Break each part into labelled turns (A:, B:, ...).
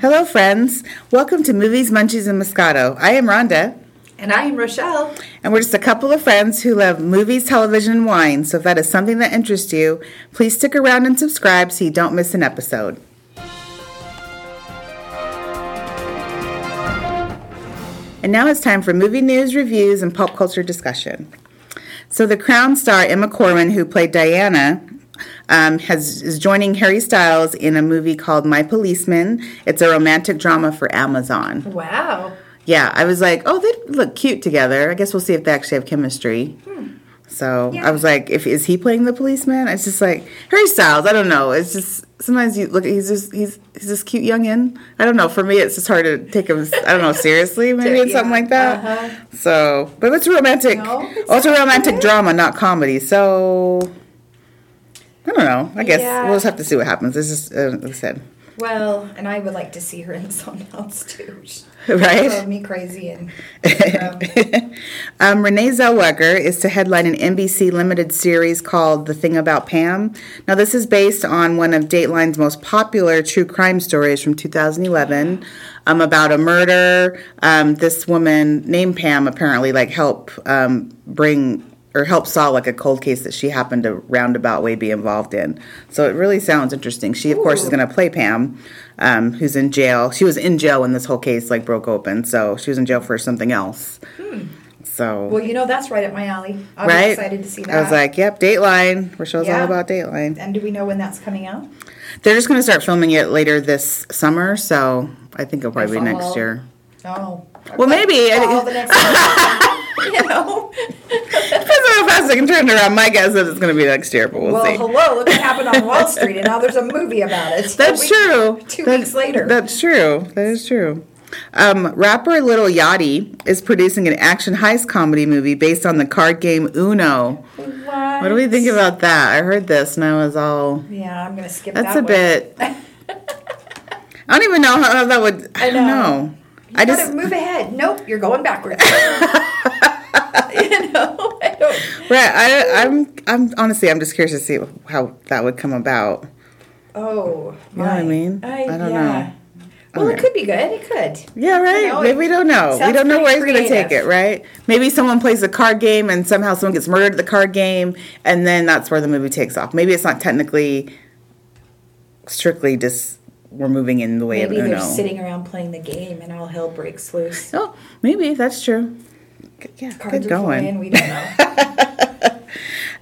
A: Hello, friends. Welcome to Movies, Munchies, and Moscato. I am Rhonda,
B: And I am Rochelle.
A: and we're just a couple of friends who love movies, television, and wine. So if that is something that interests you, please stick around and subscribe so you don't miss an episode. And now it's time for movie news, reviews, and pop culture discussion. So the Crown star Emma Corrin, who played Diana, um, has is joining Harry Styles in a movie called My Policeman. It's a romantic drama for Amazon.
B: Wow.
A: Yeah, I was like, oh, they look cute together. I guess we'll see if they actually have chemistry.
B: Hmm.
A: So I was like, if is he playing the policeman? It's just like Harry Styles. I don't know. It's just sometimes you look. He's just he's he's this cute youngin. I don't know. For me, it's just hard to take him. I don't know seriously. Maybe it's something
B: yeah, uh-huh.
A: like that. So, but it's romantic.
B: No, it's
A: also romantic drama, not comedy. So I don't know. I guess
B: Yeah.
A: we'll just have to see what happens. It's just uh, like I said,
B: Well, and I would like to see her in something else too. She
A: right?
B: drove me crazy and um,
A: um, Renee Zellweger is to headline an NBC limited series called The Thing About Pam. Now, this is based on one of Dateline's most popular true crime stories from 2011 um, about a murder. Um, this woman named Pam apparently like help um, bring or help solve like a cold case that she happened to roundabout way be involved in. So it really sounds interesting. She of course is going to play Pam, um, who's in jail. She was in jail when this whole case like broke open, so she was in jail for something else. So
B: Hmm. well, you know that's right up my alley. I'm
A: right,
B: excited to see that.
A: I was like, "Yep, Dateline." Rochelle's all
B: Yeah.
A: about Dateline.
B: and do we know when that's coming out?
A: They're just going to start filming it later this summer, so I think it'll probably be next
B: fall.
A: year.
B: Oh.
A: Well, maybe. I-
B: All the next. you know.
A: Depends on how fast they can turn it around. My guess is it's going to be next year, but we'll,
B: Well,
A: see.
B: hello. Look what happened on Wall Street, and now there's a movie about it.
A: That's
B: We-
A: true.
B: two
A: That-
B: weeks later.
A: That's true. That is true. Um, rapper Little Yachty is producing an action heist comedy movie based on the card game Uno.
B: What?
A: What do we think about that? I heard this and I was all.
B: Yeah, I'm gonna skip
A: That's
B: that
A: a
B: one.
A: bit. I don't even know how, how that would. I,
B: I
A: don't
B: know.
A: know.
B: You
A: I
B: gotta
A: just
B: move ahead. Nope, you're going backwards. you know, I don't.
A: right. I, I'm. I'm honestly. I'm just curious to see how that would come about.
B: Oh, my.
A: know what I mean? I don't
B: know. Well,
A: Okay.
B: it could be good. It could.
A: Yeah, right.
B: know,
A: Maybe
B: it
A: we don't know. We
B: sounds
A: don't know where
B: pretty
A: he's going to take it,
B: creative.
A: right? Maybe someone plays a card game and somehow someone gets murdered at the card game, and then that's where the movie takes off. Maybe it's not technically strictly just we're moving in the way
B: Maybe
A: of
B: they're
A: Uno.
B: sitting around playing the game and all hell breaks loose.
A: oh, maybe that's true. Good- Yeah, good
B: Cards are
A: going.
B: flying. We don't know.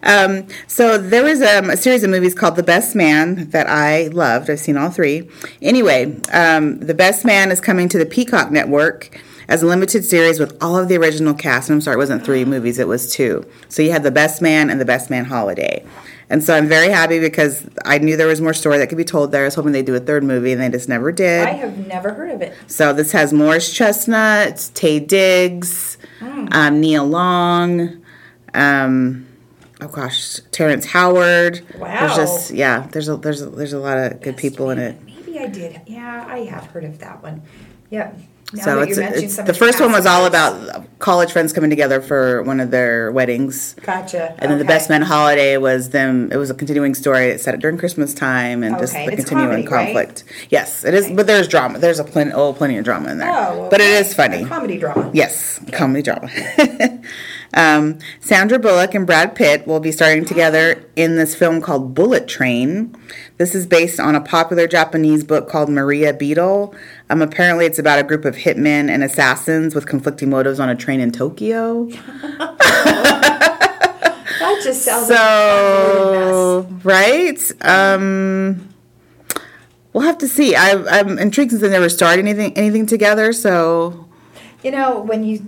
A: Um, so there was um, a series of movies called The Best Man that I loved. I've seen all three. Anyway, um, The Best Man is coming to the Peacock Network as a limited series with all of the original cast. And I'm sorry, it wasn't three movies; it was two. So you had The Best Man and The Best Man Holiday. And so I'm very happy because I knew there was more story that could be told there. I was hoping they'd do a third movie, and they just never did.
B: I have never heard of it.
A: So this has Morris Chestnut, Tay Diggs,
B: Mm.
A: um, Neil Long, um, oh gosh, Terrence Howard. There's
B: Wow.
A: just yeah, there's a there's a, there's a lot of good people in it.
B: Maybe I did. Yeah, I have heard of that one. Yep. Now
A: so
B: that you
A: it's,
B: mentioned
A: it's
B: some of
A: the
B: the
A: first one was all
B: cast
A: about college friends coming together for one of their weddings.
B: Gotcha.
A: And then the
B: Okay.
A: best man holiday was them. It was a continuing story. It set it during Christmas time and just
B: Okay.
A: the
B: It's
A: continuing
B: comedy, right?
A: conflict. Yes, it is. But there's drama. There's a plenty, oh, plenty of drama in there.
B: Oh,
A: But it
B: okay.
A: is funny.
B: A comedy drama.
A: Yes, comedy drama. um, Sandra Bullock and Brad Pitt will be starring together in this film called Bullet Train. This is based on a popular Japanese book called Maria Beetle. Um, apparently, it's about a group of hitmen and assassins with conflicting motives on a train in Tokyo.
B: That just sounds like
A: So, right? Um, we'll have to see. I, I'm intrigued since they never starred anything anything together. So,
B: You know, when you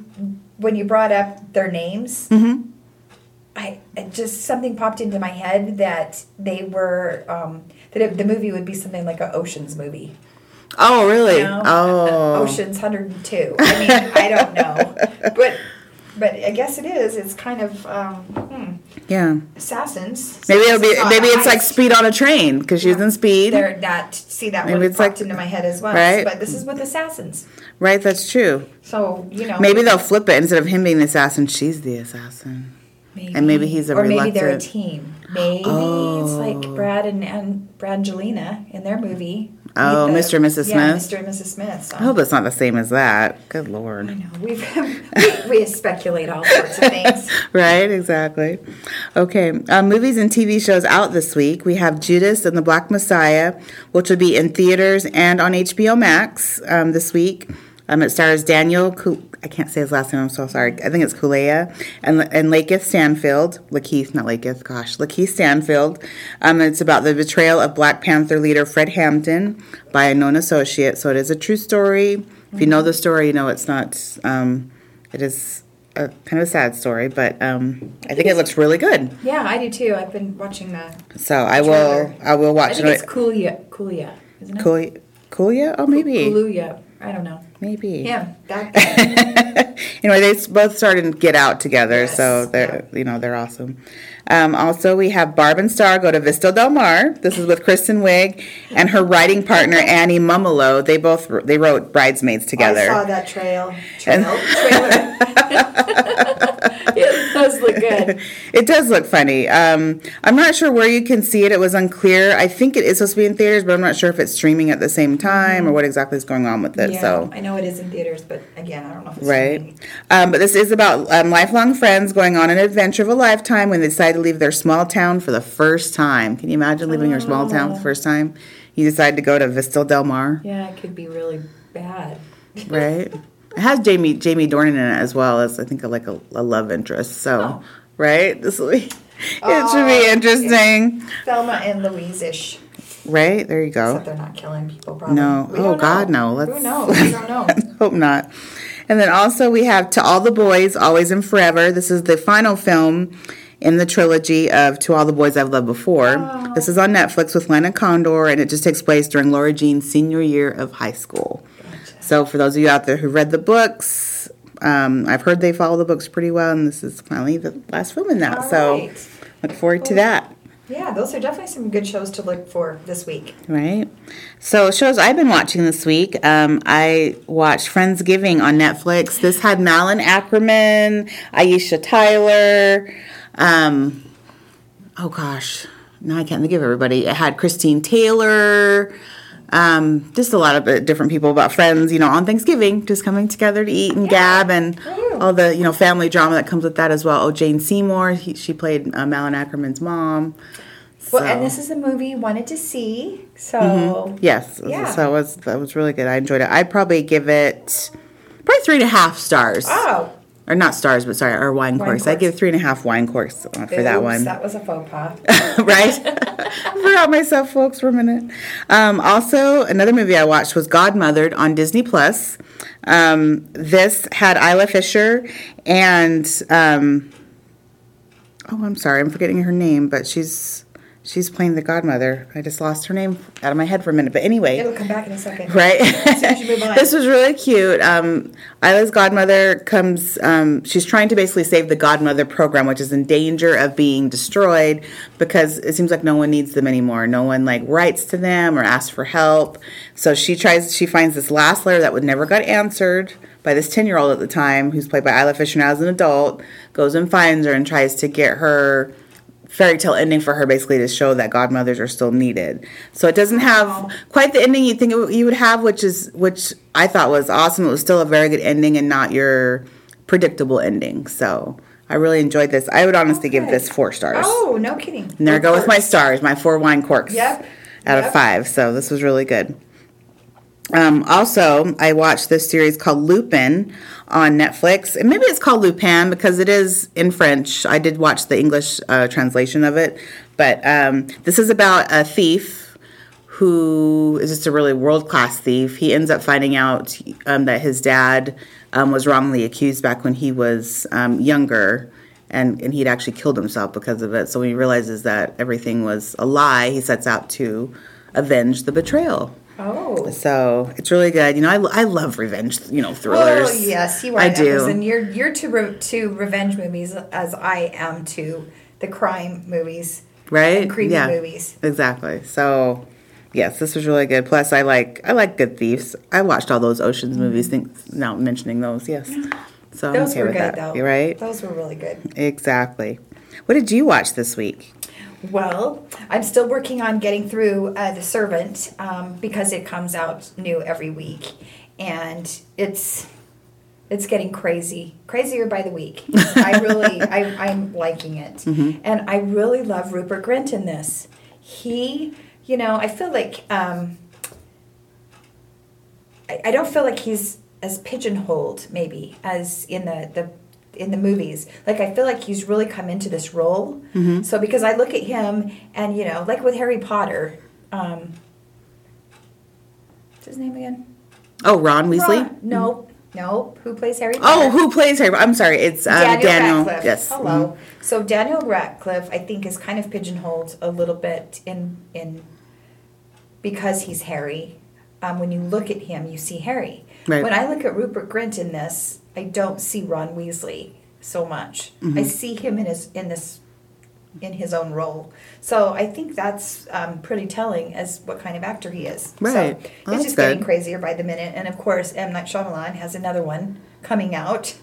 B: when you brought up their names,
A: Mm-hmm.
B: I it just something popped into my head that they were um, that it, the movie would be something like a Ocean's movie.
A: oh really?
B: You know?
A: Oh,
B: Ocean's 102. I mean, I don't know, but but I guess it is. It's kind of um, hmm,
A: yeah.
B: assassins.
A: Maybe it'll be.
B: not
A: Maybe it's like
B: heist.
A: speed on a train because she's in speed.
B: They're that see that
A: Maybe
B: one
A: it's
B: popped
A: like-
B: into my head as well.
A: right?
B: But this is with assassins,
A: Right, that's true.
B: so you know
A: Maybe they'll flip it instead of him being the assassin, she's the assassin. and maybe he's a
B: or maybe they're a
A: reluctant-
B: team. Maybe it's like Brad and, and Brangelina in their movie.
A: Oh,
B: With
A: Mr.
B: the-
A: and Mrs. Smith?
B: Yeah,
A: Oh.
B: Mr. and Mrs. Smith. So.
A: I hope it's not the same as that. Good
B: I
A: lord.
B: know. We've, we, we speculate all sorts of things.
A: Right, exactly. Okay, uh, movies and TV shows out this week. We have Judas and the Black Messiah, which will be in theaters and on HBO Max um, this week. Um, it stars Daniel. Ku- I can't say his last name. I'm so sorry. I think it's Kulea and and Lakeith Stanfield. Lakeith, not Lakeith. Gosh, Lakeith Stanfield. Um, it's about the betrayal of Black Panther leader Fred Hampton by a known associate. So it is a true story. If you know the story, you know it's not. Um, it is a kind of a sad story, but um, I think it looks really good.
B: Yeah, I do too. I've been watching the.
A: So I will.
B: Trailer.
A: I will
B: I
A: watch
B: think it's
A: it.
B: Kulia, Kulia, isn't it?
A: Cool. Cool. Yeah. Oh, maybe.
B: Kulia. I don't know.
A: Maybe.
B: Yeah, that,
A: Anyway, they s- both started to get out together,
B: Yes.
A: so they're you know they're awesome. Um, also, we have Barb and Star go to Vista Del Mar. This is with Kristen Wiig and her writing partner Annie Mumolo. They both wr- they wrote Bridesmaids together.
B: I saw that trail. Trail. trailer. it does look good.
A: It does look funny. Um, I'm not sure where you can see it. It was unclear. I think it is supposed to be in theaters, but I'm not sure if it's streaming at the same time or what exactly is going on with it.
B: Mm-hmm. Yeah,
A: So.
B: I know it is in theaters, but again, I don't know if it's
A: Right.
B: streaming.
A: Um, but this is about um, lifelong friends going on an adventure of a lifetime when they decide to leave their small town for the first time. Can you imagine leaving your small town
B: Oh.
A: for the first time? You decide to go to Vistel Del Mar,
B: Yeah, it could be really bad.
A: right? It has Jamie Jamie Dornan in it as well as I think like a, a love interest. So,
B: Oh.
A: right? This will be, it should be interesting,
B: Thelma and Louise ish.
A: right? There you go.
B: Except they're not killing people, probably.
A: Oh. No.
B: We
A: Oh,
B: don't
A: God,
B: know.
A: no.
B: Who
A: Let's-
B: knows? We don't know.
A: Hope not. And then also we have To All the Boys, Always and Forever. This is the final film in the trilogy of To All the Boys I've Loved Before.
B: Oh.
A: This is on Netflix with Lana Condor, and it just takes place during Laura Jean's senior year of high school. So for those of you out there who read the books, um, I've heard they follow the books pretty well, and this is finally the last film in that.
B: All
A: so
B: right.
A: look forward to that.
B: Yeah, those are definitely some good shows to look for this week.
A: Right. So shows I've been watching this week. Um, I watched Friendsgiving on Netflix. This had Malin Ackerman, Aisha Tyler. Um, oh gosh, now I can't think of everybody. It had Christine Taylor. Um, just a lot of uh, different people, but friends, you know, on Thanksgiving, just coming together to eat and gab, and
B: Woo.
A: all the you know family drama that comes with that as well. Oh, Jane Seymour, he, she played uh, Malin Ackerman's mom.
B: Well,
A: So- Mm-hmm.
B: and this is a movie you wanted to see, so
A: Yes.
B: Yeah.
A: So it was that was really good. I enjoyed it. I'd probably give it probably three and a half stars.
B: oh,
A: Or not stars, but sorry, or wine,
B: Wine
A: corks. I'd
B: corks.
A: give three and a half wine corks uh, for that
B: oops,
A: one.
B: That was a faux pas.
A: right? I forgot myself, folks, for a minute. Um, also, another movie I watched was Godmothered on Disney Plus. Um, this had Isla Fisher and um, oh, I'm sorry, I'm forgetting her name, but she's she's playing the godmother. I just lost her name out of my head for a minute. But anyway,
B: It'll come back in a second.
A: right?
B: as you move on.
A: this was really cute. Um, Isla's godmother comes. Um, she's trying to basically save the godmother program, which is in danger of being destroyed because it seems like no one needs them anymore. No one like writes to them or asks for help. So she tries. She finds this last letter that would never got answered by this ten year old at the time, who's played by Isla Fisher now as an adult. Goes and finds her and tries to get her fairy tale ending for her basically to show that godmothers are still needed. So it doesn't have quite the ending you think it, w- you would have, which is which I thought was awesome. It was still a very good ending and not your predictable ending. So I really enjoyed this. I would honestly give
B: Okay.
A: this four stars.
B: Oh, no kidding.
A: and there I go with my
B: Corks.
A: stars, my four wine corks
B: Yep.
A: out of
B: Yep.
A: five. So this was really good. Um, also, I watched this series called Lupin on Netflix. And maybe it's called Lupin because it is in French. I did watch the English uh, translation of it. But um, this is about a thief who is just a really world class thief. He ends up finding out um, that his dad um, was wrongly accused back when he was um, younger. And, and he'd actually killed himself because of it. So when he realizes that everything was a lie, he sets out to avenge the betrayal.
B: Oh.
A: So it's really good. You know, I, I love revenge, you know, thrillers.
B: Oh yes, you are.
A: I
B: an Evans,
A: do.
B: And you're you're to re- to revenge movies as I am to the crime movies,
A: right?
B: And creepy movies.
A: Exactly. So, yes, this was really good. Plus, I like I like Good Thieves. I watched all those Ocean's movies. Think now mentioning those, yes. So I'm
B: Those
A: okay
B: were
A: with
B: good
A: that.
B: though.
A: You're right.
B: Those were really good.
A: Exactly. What did you watch this week?
B: Well, I'm still working on getting through uh, The Servant um, because it comes out new every week, and it's it's getting crazy, crazier by the week. I really, I, I'm liking it, and I really love Rupert Grint in this. He, you know, I feel like um, I, I don't feel like he's as pigeonholed maybe as in the, the in the movies. Like I feel like he's really come into this role.
A: Mm-hmm.
B: So because I look at him and you know, like with Harry Potter, um, what's his name again?
A: Oh, Ron Weasley.
B: Ron. Nope, nope. Who plays Harry?
A: Oh,
B: Potter?
A: who plays Harry? I'm sorry, it's um, Daniel.
B: Radcliffe.
A: Yes. Mm-hmm.
B: Hello. So Daniel Radcliffe, I think, is kind of pigeonholed a little bit in in because he's Harry. Um, when you look at him, you see Harry.
A: Right.
B: When I look at Rupert Grint in this, I don't see Ron Weasley so much.
A: Mm-hmm.
B: I see him in his in this in his own role. So I think that's um, pretty telling as what kind of actor he is.
A: Right.
B: So
A: Well,
B: it's
A: that's
B: just getting
A: good.
B: crazier by the minute. And of course, M. Night Shyamalan has another one coming out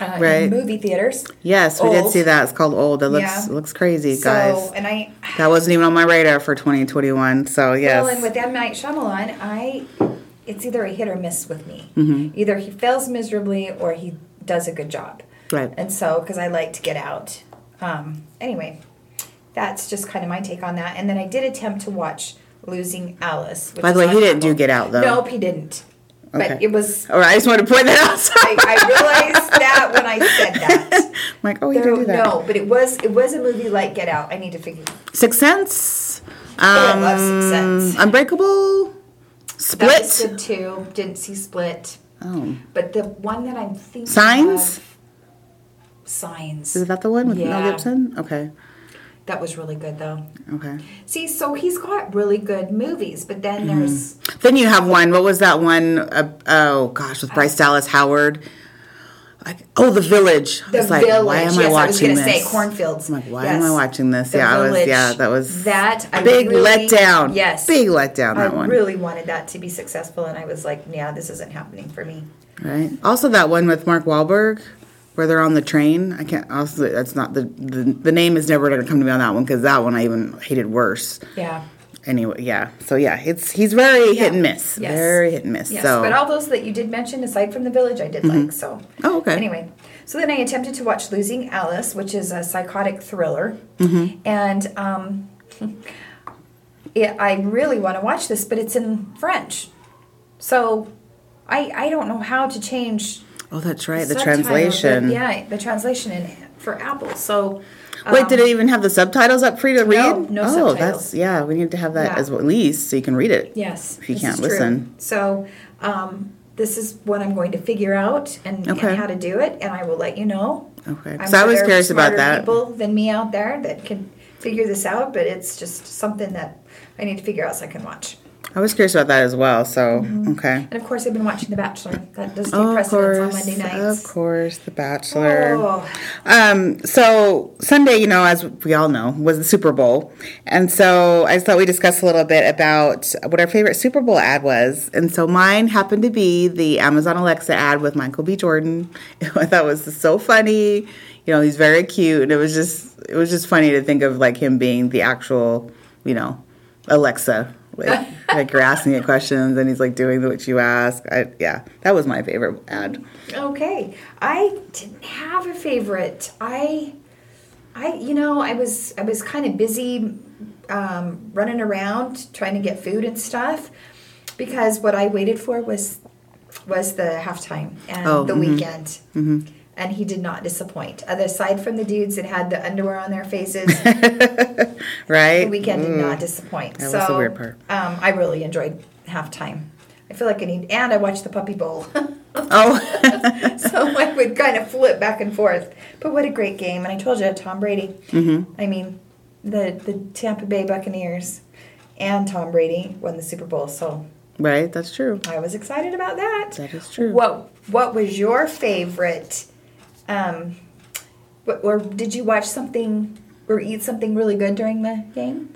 B: uh,
A: Right.
B: in movie theaters.
A: Yes, we did
B: Old.
A: see that. It's called Old. It looks
B: Yeah.
A: looks crazy,
B: So,
A: guys.
B: and I,
A: That wasn't even on my radar for 2021. So yes.
B: well, and with M. Night Shyamalan, I, it's either a hit or miss with me.
A: Mm-hmm.
B: Either he fails miserably or he does a good job.
A: Right.
B: And so, because I like to get out. Um, anyway, that's just kind of my take on that. And then I did attempt to watch Losing Alice. Which
A: By the
B: is
A: way,
B: on
A: he didn't
B: Apple.
A: do Get Out though.
B: Nope, he didn't.
A: Okay.
B: But it was.
A: All right, I just wanted to point that out. So
B: I, I realized that when I said that.
A: I'm like, oh, he
B: There,
A: did do that.
B: no, but it was it was a movie like Get Out. I need to figure.
A: Sixth Sense. Um,
B: Oh, I love Sixth Sense.
A: Unbreakable.
B: That
A: Split.
B: was good too. Didn't see Split,
A: oh,
B: but the one that I'm thinking
A: Signs?
B: of- signs.
A: is that the one with Mel
B: Yeah.
A: Gibson? Okay.
B: That was really good though.
A: Okay.
B: See, so he's got really good movies, but then
A: Mm-hmm.
B: there's
A: Then you have one. What was that one? Uh, oh gosh, with Bryce Dallas Howard. I, oh, The Village. I
B: the
A: was like,
B: village.
A: why am
B: yes,
A: I watching
B: was gonna
A: this?
B: say cornfields.
A: I'm like, why
B: Yes.
A: am I watching this?
B: The
A: yeah, I was.
B: Village.
A: Yeah, that was
B: that I
A: big
B: really-
A: letdown.
B: Yes,
A: big letdown. That
B: I
A: one,
B: really wanted that to be successful, and I was like, yeah, this isn't happening for me.
A: right? Also, that one with Mark Wahlberg, where they're on the train. I can't. Also, that's not the the, the name is never going to come to me on that one because that one I even hated worse.
B: Yeah.
A: Anyway, yeah. So yeah, it's he's very hit and miss.
B: Yes.
A: Very hit and miss.
B: Yes,
A: so
B: but all those that you did mention, aside from the village, I did like. So,
A: Oh, okay.
B: Anyway, so then I attempted to watch Losing Alice, which is a psychotic thriller,
A: Mm-hmm.
B: and um, it, I really want to watch this, but it's in French, so I I don't know how to change
A: oh, that's right. The
B: subtitles, but
A: translation.
B: yeah, the translation in for Apple. So,
A: Wait, did it even have the subtitles up for you to read?
B: um, no
A: oh,
B: subtitles.
A: that's yeah. We need to have that
B: Yeah.
A: as well, at least so you can read it.
B: Yes.
A: If you
B: this
A: can't
B: is true.
A: listen.
B: So, um, this is what I'm going to figure out and, and
A: Okay.
B: how to do it, and I will let you know.
A: Okay.
B: I'm
A: So I was
B: there are
A: curious about
B: smarter
A: that.
B: People than me out there that can figure this out, but it's just something that I need to figure out so I can watch.
A: I was curious about that as well. So okay.
B: And of course, I've been watching The Bachelor. That does take
A: Oh, of
B: precedence Mm-hmm. on
A: course,
B: Monday
A: of
B: nights.
A: course, The Bachelor.
B: Oh.
A: Um, so Sunday, you know, as we all know, was the Super Bowl, and so I just thought we discuss a little bit about what our favorite Super Bowl ad was. And so mine happened to be the Amazon Alexa ad with Michael B. Jordan. I thought it was so funny. You know, he's very cute, and it was just it was just funny to think of like him being the actual, you know, Alexa. Like, like you're asking it questions, and he's like doing what you ask. I, yeah, that was my favorite ad.
B: Okay. I didn't have a favorite. I I you know, I was I was kind of busy um, running around trying to get food and stuff because what I waited for was was the halftime and
A: Oh, Mm-hmm.
B: the weekend. And he did not disappoint. Other aside from the dudes that had the underwear on their faces,
A: Right?
B: the weekend did not disappoint.
A: Mm. That was
B: so
A: the weird part.
B: Um, I really enjoyed halftime. I feel like I need, and I watched the Puppy Bowl.
A: Oh.
B: so I would kind of flip back and forth. But what a great game! And I told you, Tom Brady.
A: Mm-hmm.
B: I mean, the the Tampa Bay Buccaneers and Tom Brady won the Super Bowl, so
A: Right, that's true.
B: I was excited about that.
A: That is true.
B: What What was your favorite? Um, what, or did you watch something or eat something really good during the game?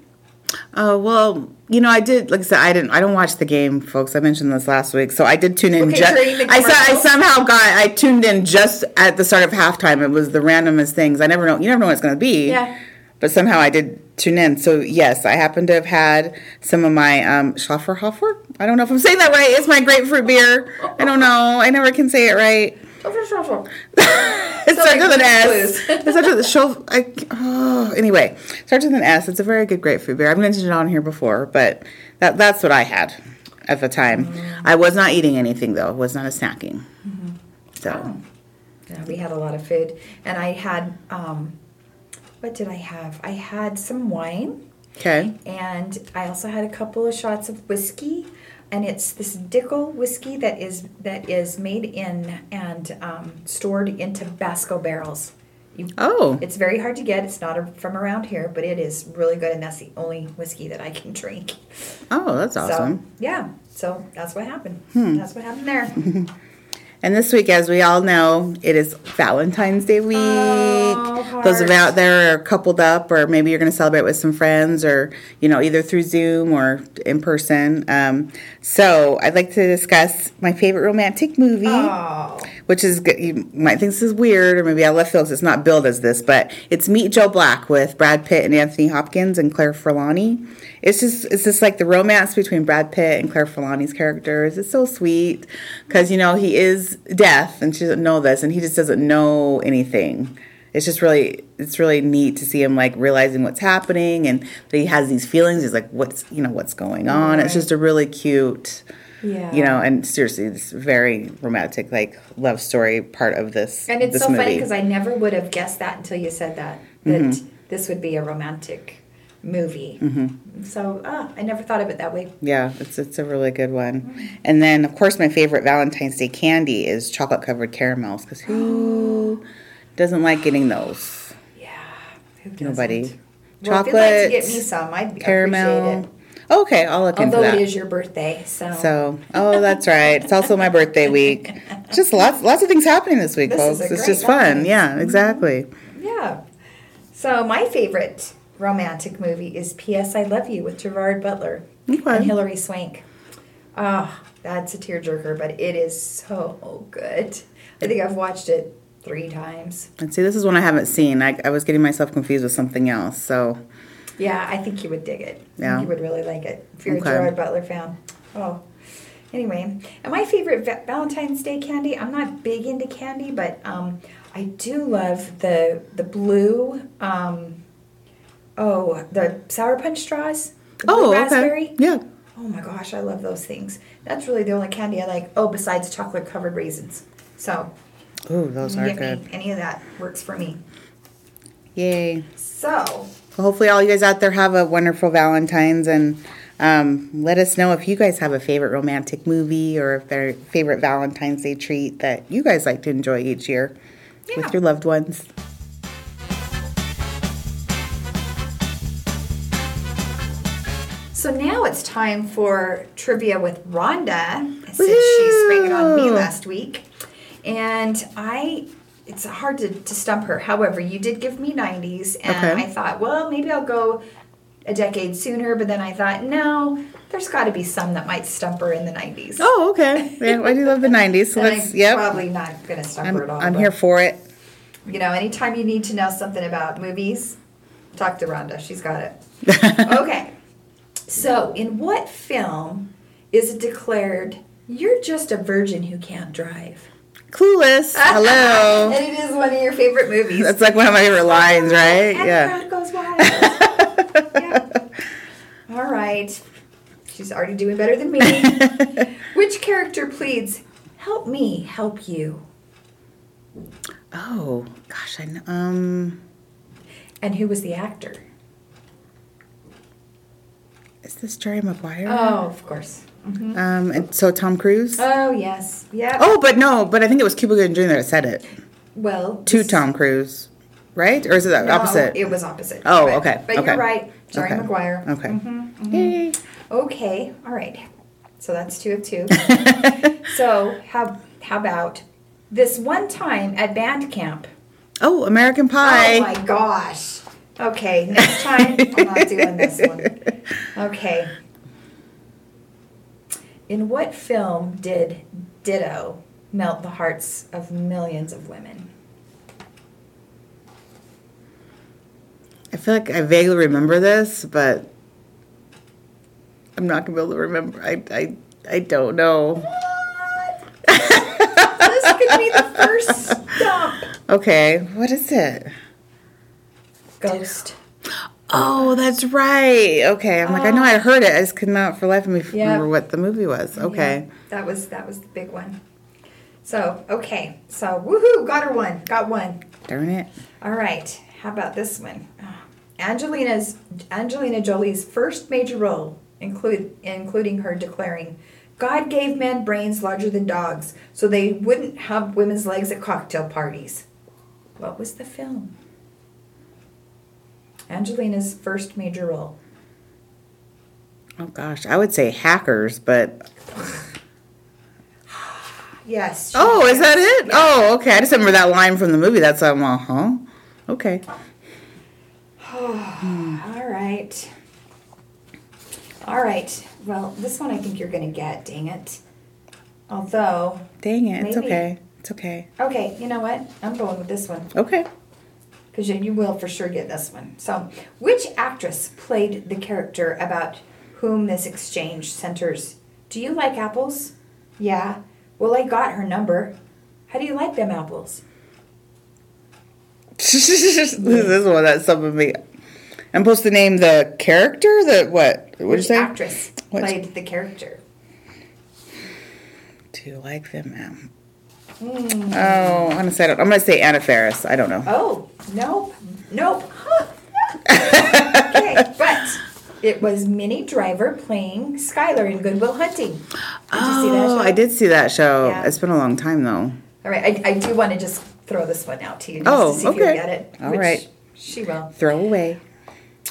A: Uh, well, you know, I did. Like I said, I didn't. I don't watch the game, folks. I mentioned this last week, so I did tune in.
B: Okay,
A: ju-
B: during the
A: I saw. I
B: commercial?
A: somehow got. I tuned in just at the start of halftime. It was the randomest things. I never know. You never know what it's going to be.
B: Yeah.
A: But somehow I did tune in. So, yes, I happen to have had some of my um, Schafferhofer. I don't know if I'm saying that right. It's my grapefruit beer. I don't know. I never can say it right. It
B: Sounds
A: starts
B: like
A: with an
B: Blue's
A: S. It starts with a show. I, oh, anyway, it starts with an S. It's a very good grapefruit beer. I've mentioned it on here before, but that, that's what I had at the time.
B: Mm-hmm.
A: I was not eating anything though. Was not a snacking. So
B: Oh. Yeah, we had a lot of food, and I had um, what did I have? I had some wine,
A: okay,
B: and I also had a couple of shots of whiskey, and it's this Dickel whiskey that is that is made in and um, stored in Tabasco barrels. You,
A: Oh.
B: it's very hard to get. It's not a, from around here, but it is really good, and that's the only whiskey that I can drink.
A: oh, that's awesome. Hmm.
B: So yeah, so that's what happened. That's what happened there.
A: And this week, as we all know, it is Valentine's Day week.
B: Oh,
A: Those of
B: heart.
A: you out there are coupled up, or maybe you're going to celebrate with some friends, or you know, either through Zoom or in person. Um, so, I'd like to discuss my favorite romantic movie,
B: Oh.
A: which is good. You might think this is weird, or maybe I left field 'cause it's not billed as this, but it's Meet Joe Black with Brad Pitt and Anthony Hopkins and Claire Forlani. It's just it's just like the romance between Brad Pitt and Claire Forlani's characters. It's so sweet because you know he is deaf and she doesn't know this, and he just doesn't know anything. It's just really it's really neat to see him like realizing what's happening and that he has these feelings. He's like, what's you know what's going on? It's just a really cute
B: Yeah.
A: you know and seriously it's very romantic like love story part of this
B: And it's
A: this
B: so funny
A: movie.
B: because I never would have guessed that until you said that that
A: Mm-hmm.
B: this would be a romantic movie.
A: Mm-hmm.
B: So ah, I never thought of it that way.
A: yeah it's it's a really good one and then of course my favorite valentine's day candy is chocolate covered caramels because who doesn't like getting those
B: Yeah, who doesn't?
A: nobody
B: Well, if you'd like to get me some, I'd
A: caramel Oh,
B: appreciate it.
A: okay i'll look
B: Although
A: into that
B: it is your birthday, so,
A: so oh that's right it's also my birthday week just lots lots of things happening this week
B: This is
A: folks
B: a
A: it's
B: great
A: just fun
B: Valentine's.
A: yeah exactly
B: yeah. So my favorite romantic movie is P.S. I Love You with Gerard Butler
A: Okay.
B: and Hilary Swank. Ah, that's a tearjerker, but it is so good. I think I've watched it three times.
A: And see, this is one I haven't seen. I, I was getting myself confused with something else. So,
B: Yeah, I think you would dig it.
A: Yeah.
B: You would really like it if you're
A: Okay.
B: a Gerard Butler fan. Oh. Anyway, and my favorite va- Valentine's Day candy, I'm not big into candy, but um, I do love the the blue um, oh, the sour punch straws. The blue
A: oh,
B: raspberry.
A: okay, yeah,
B: Oh my gosh, I love those things. That's really the only candy I like. Oh, besides chocolate covered raisins. So,
A: ooh, those are
B: give me
A: good.
B: any of that works for me.
A: Yay!
B: So,
A: Well, hopefully, all you guys out there have a wonderful Valentine's, and um, let us know if you guys have a favorite romantic movie or if their favorite Valentine's Day treat that you guys like to enjoy each year
B: Yeah.
A: with your loved ones.
B: So now it's time for trivia with Rhonda, since she sprang it on me
A: Woohoo!
B: last week. And I, it's hard to, to stump her. However, you did give me 90s, and
A: Okay.
B: I thought, well, maybe I'll go a decade sooner, but then I thought, no, there's got to be some that might stump her in the 90s.
A: Oh, okay. Yeah, I do love the '90s. So
B: and I'm
A: let's. Yep,
B: probably not going to stump
A: I'm,
B: her at all.
A: I'm
B: but,
A: here for it.
B: You know, anytime you need to know something about movies, talk to Rhonda. She's got it. okay. So, in what film is it declared you're just a virgin who can't drive?
A: Clueless. Hello.
B: And it is one of your favorite movies.
A: That's like one of my favorite lines, right?
B: And
A: Yeah.
B: the crowd goes wild. yeah. All right. She's already doing better than me. Which character pleads, help me help you?
A: Oh gosh, I know. Um,
B: And who was the actor?
A: is this Jerry Maguire?
B: Oh, of course.
A: Um, and so Tom Cruise.
B: Oh, yes. Yeah.
A: oh, but no, but I think it was Cuba Gooding Jr. that said it
B: Well,
A: to
B: this-
A: Tom Cruise, right? Or is it the
B: no,
A: opposite?
B: It was opposite.
A: Oh,
B: But-
A: okay,
B: But
A: okay.
B: you're right, Jerry
A: Okay,
B: Maguire.
A: okay.
B: mm-hmm,
A: Yay.
B: Okay, all right. So that's two of two. so how how about this one time at band camp?
A: Oh, American Pie.
B: Oh my gosh. Okay, next time I'm not doing this one. Okay. In what film did Ditto melt the hearts of millions of women?
A: I feel like I vaguely remember this, but I'm not gonna be able to remember. I I, I don't know.
B: this could be the first stop.
A: Okay, what is it?
B: Ghost.
A: Oh, that's right. Okay, I'm like I know I heard it. I just could not for life of me f-
B: Oh. Yeah.
A: remember what the movie was. Okay,
B: Yeah, that was that was the big one. So okay, so woohoo, got her one, got one.
A: darn it.
B: All right, how about this one? Ah, Angelina's Angelina Jolie's first major role, include including her declaring, "God gave men brains larger than dogs, so they wouldn't have women's legs at cocktail parties." What was the film? Angelina's first major role.
A: Oh gosh, I would say hackers, but
B: Yes. she-
A: oh, is that it? Oh, okay. I just remember that line from the movie. That's why I'm all, huh? Okay.
B: All right. All right. Well, this one I think you're going to get, dang it. Although,
A: Dang it, it's
B: Maybe.
A: okay. It's okay.
B: okay, you know what? I'm going with this one
A: Okay.
B: because you, you will for sure get this one. So, which actress played the character about whom this exchange centers? Do you like apples? Yeah. Well, I got her number. How do you like them apples?
A: this is one that's some of me. I'm supposed to name the character that what? What'd you
B: Which
A: say?
B: actress
A: What's-
B: played the character?
A: Do you like them, ma'am? Oh, honestly, I don't. I'm gonna say Anna Faris. I don't know.
B: Oh, nope. Nope. okay, but it was Minnie Driver playing Skylar in Goodwill Hunting. Did you see that?
A: Oh,
B: show?
A: I did see that show.
B: Yeah.
A: It's been a long time though.
B: All right, I, I do want to just throw this one out to you just
A: Oh,
B: to see if
A: okay.
B: you get it.
A: All
B: which
A: right.
B: She will.
A: Throw away.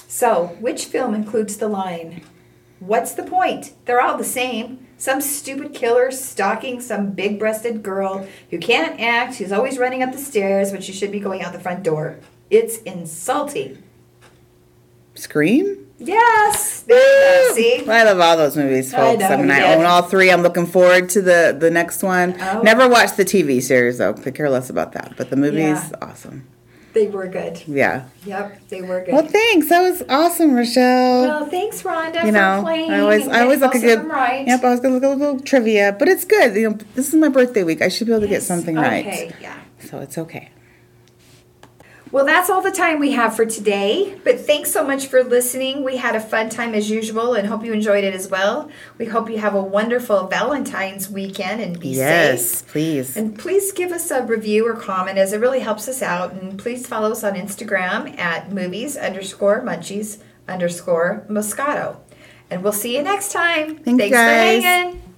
B: So, which film includes the line, What's the point? They're all the same. Some stupid killer stalking some big breasted girl who can't act, who's always running up the stairs when she should be going out the front door. It's insulting.
A: Scream.
B: Yes! There you go. See?
A: I love all those movies,
B: I
A: folks. I,
B: know,
A: mean, I
B: yeah.
A: own all three. I'm looking forward to the the next one.
B: Oh.
A: Never watched the TV series though. Could care less about that. But the movie's
B: Yeah.
A: awesome.
B: They were good.
A: Yeah.
B: Yep, they were good.
A: Well,
B: Well,
A: thanks. That was awesome, Rochelle.
B: thanks, Rhonda,
A: you
B: for
A: know,
B: playing.
A: I always,
B: and
A: I always look a
B: getting most of
A: good.
B: them Right.
A: Yep, I was gonna look a little trivia, but it's good. You know, this is my birthday week. I should be able to get something
B: Okay,
A: right,
B: yeah.
A: so it's okay.
B: Well, that's all the time we have for today. But thanks so much for listening. We had a fun time as usual and hope you enjoyed it as well. We hope you have a wonderful Valentine's weekend and be
A: yes,
B: safe.
A: please.
B: And please give us a review or comment as it really helps us out. And please follow us on Instagram at movies underscore munchies underscore moscato. And we'll see you next time.
A: Thank you,
B: Thanks
A: guys.
B: for hanging.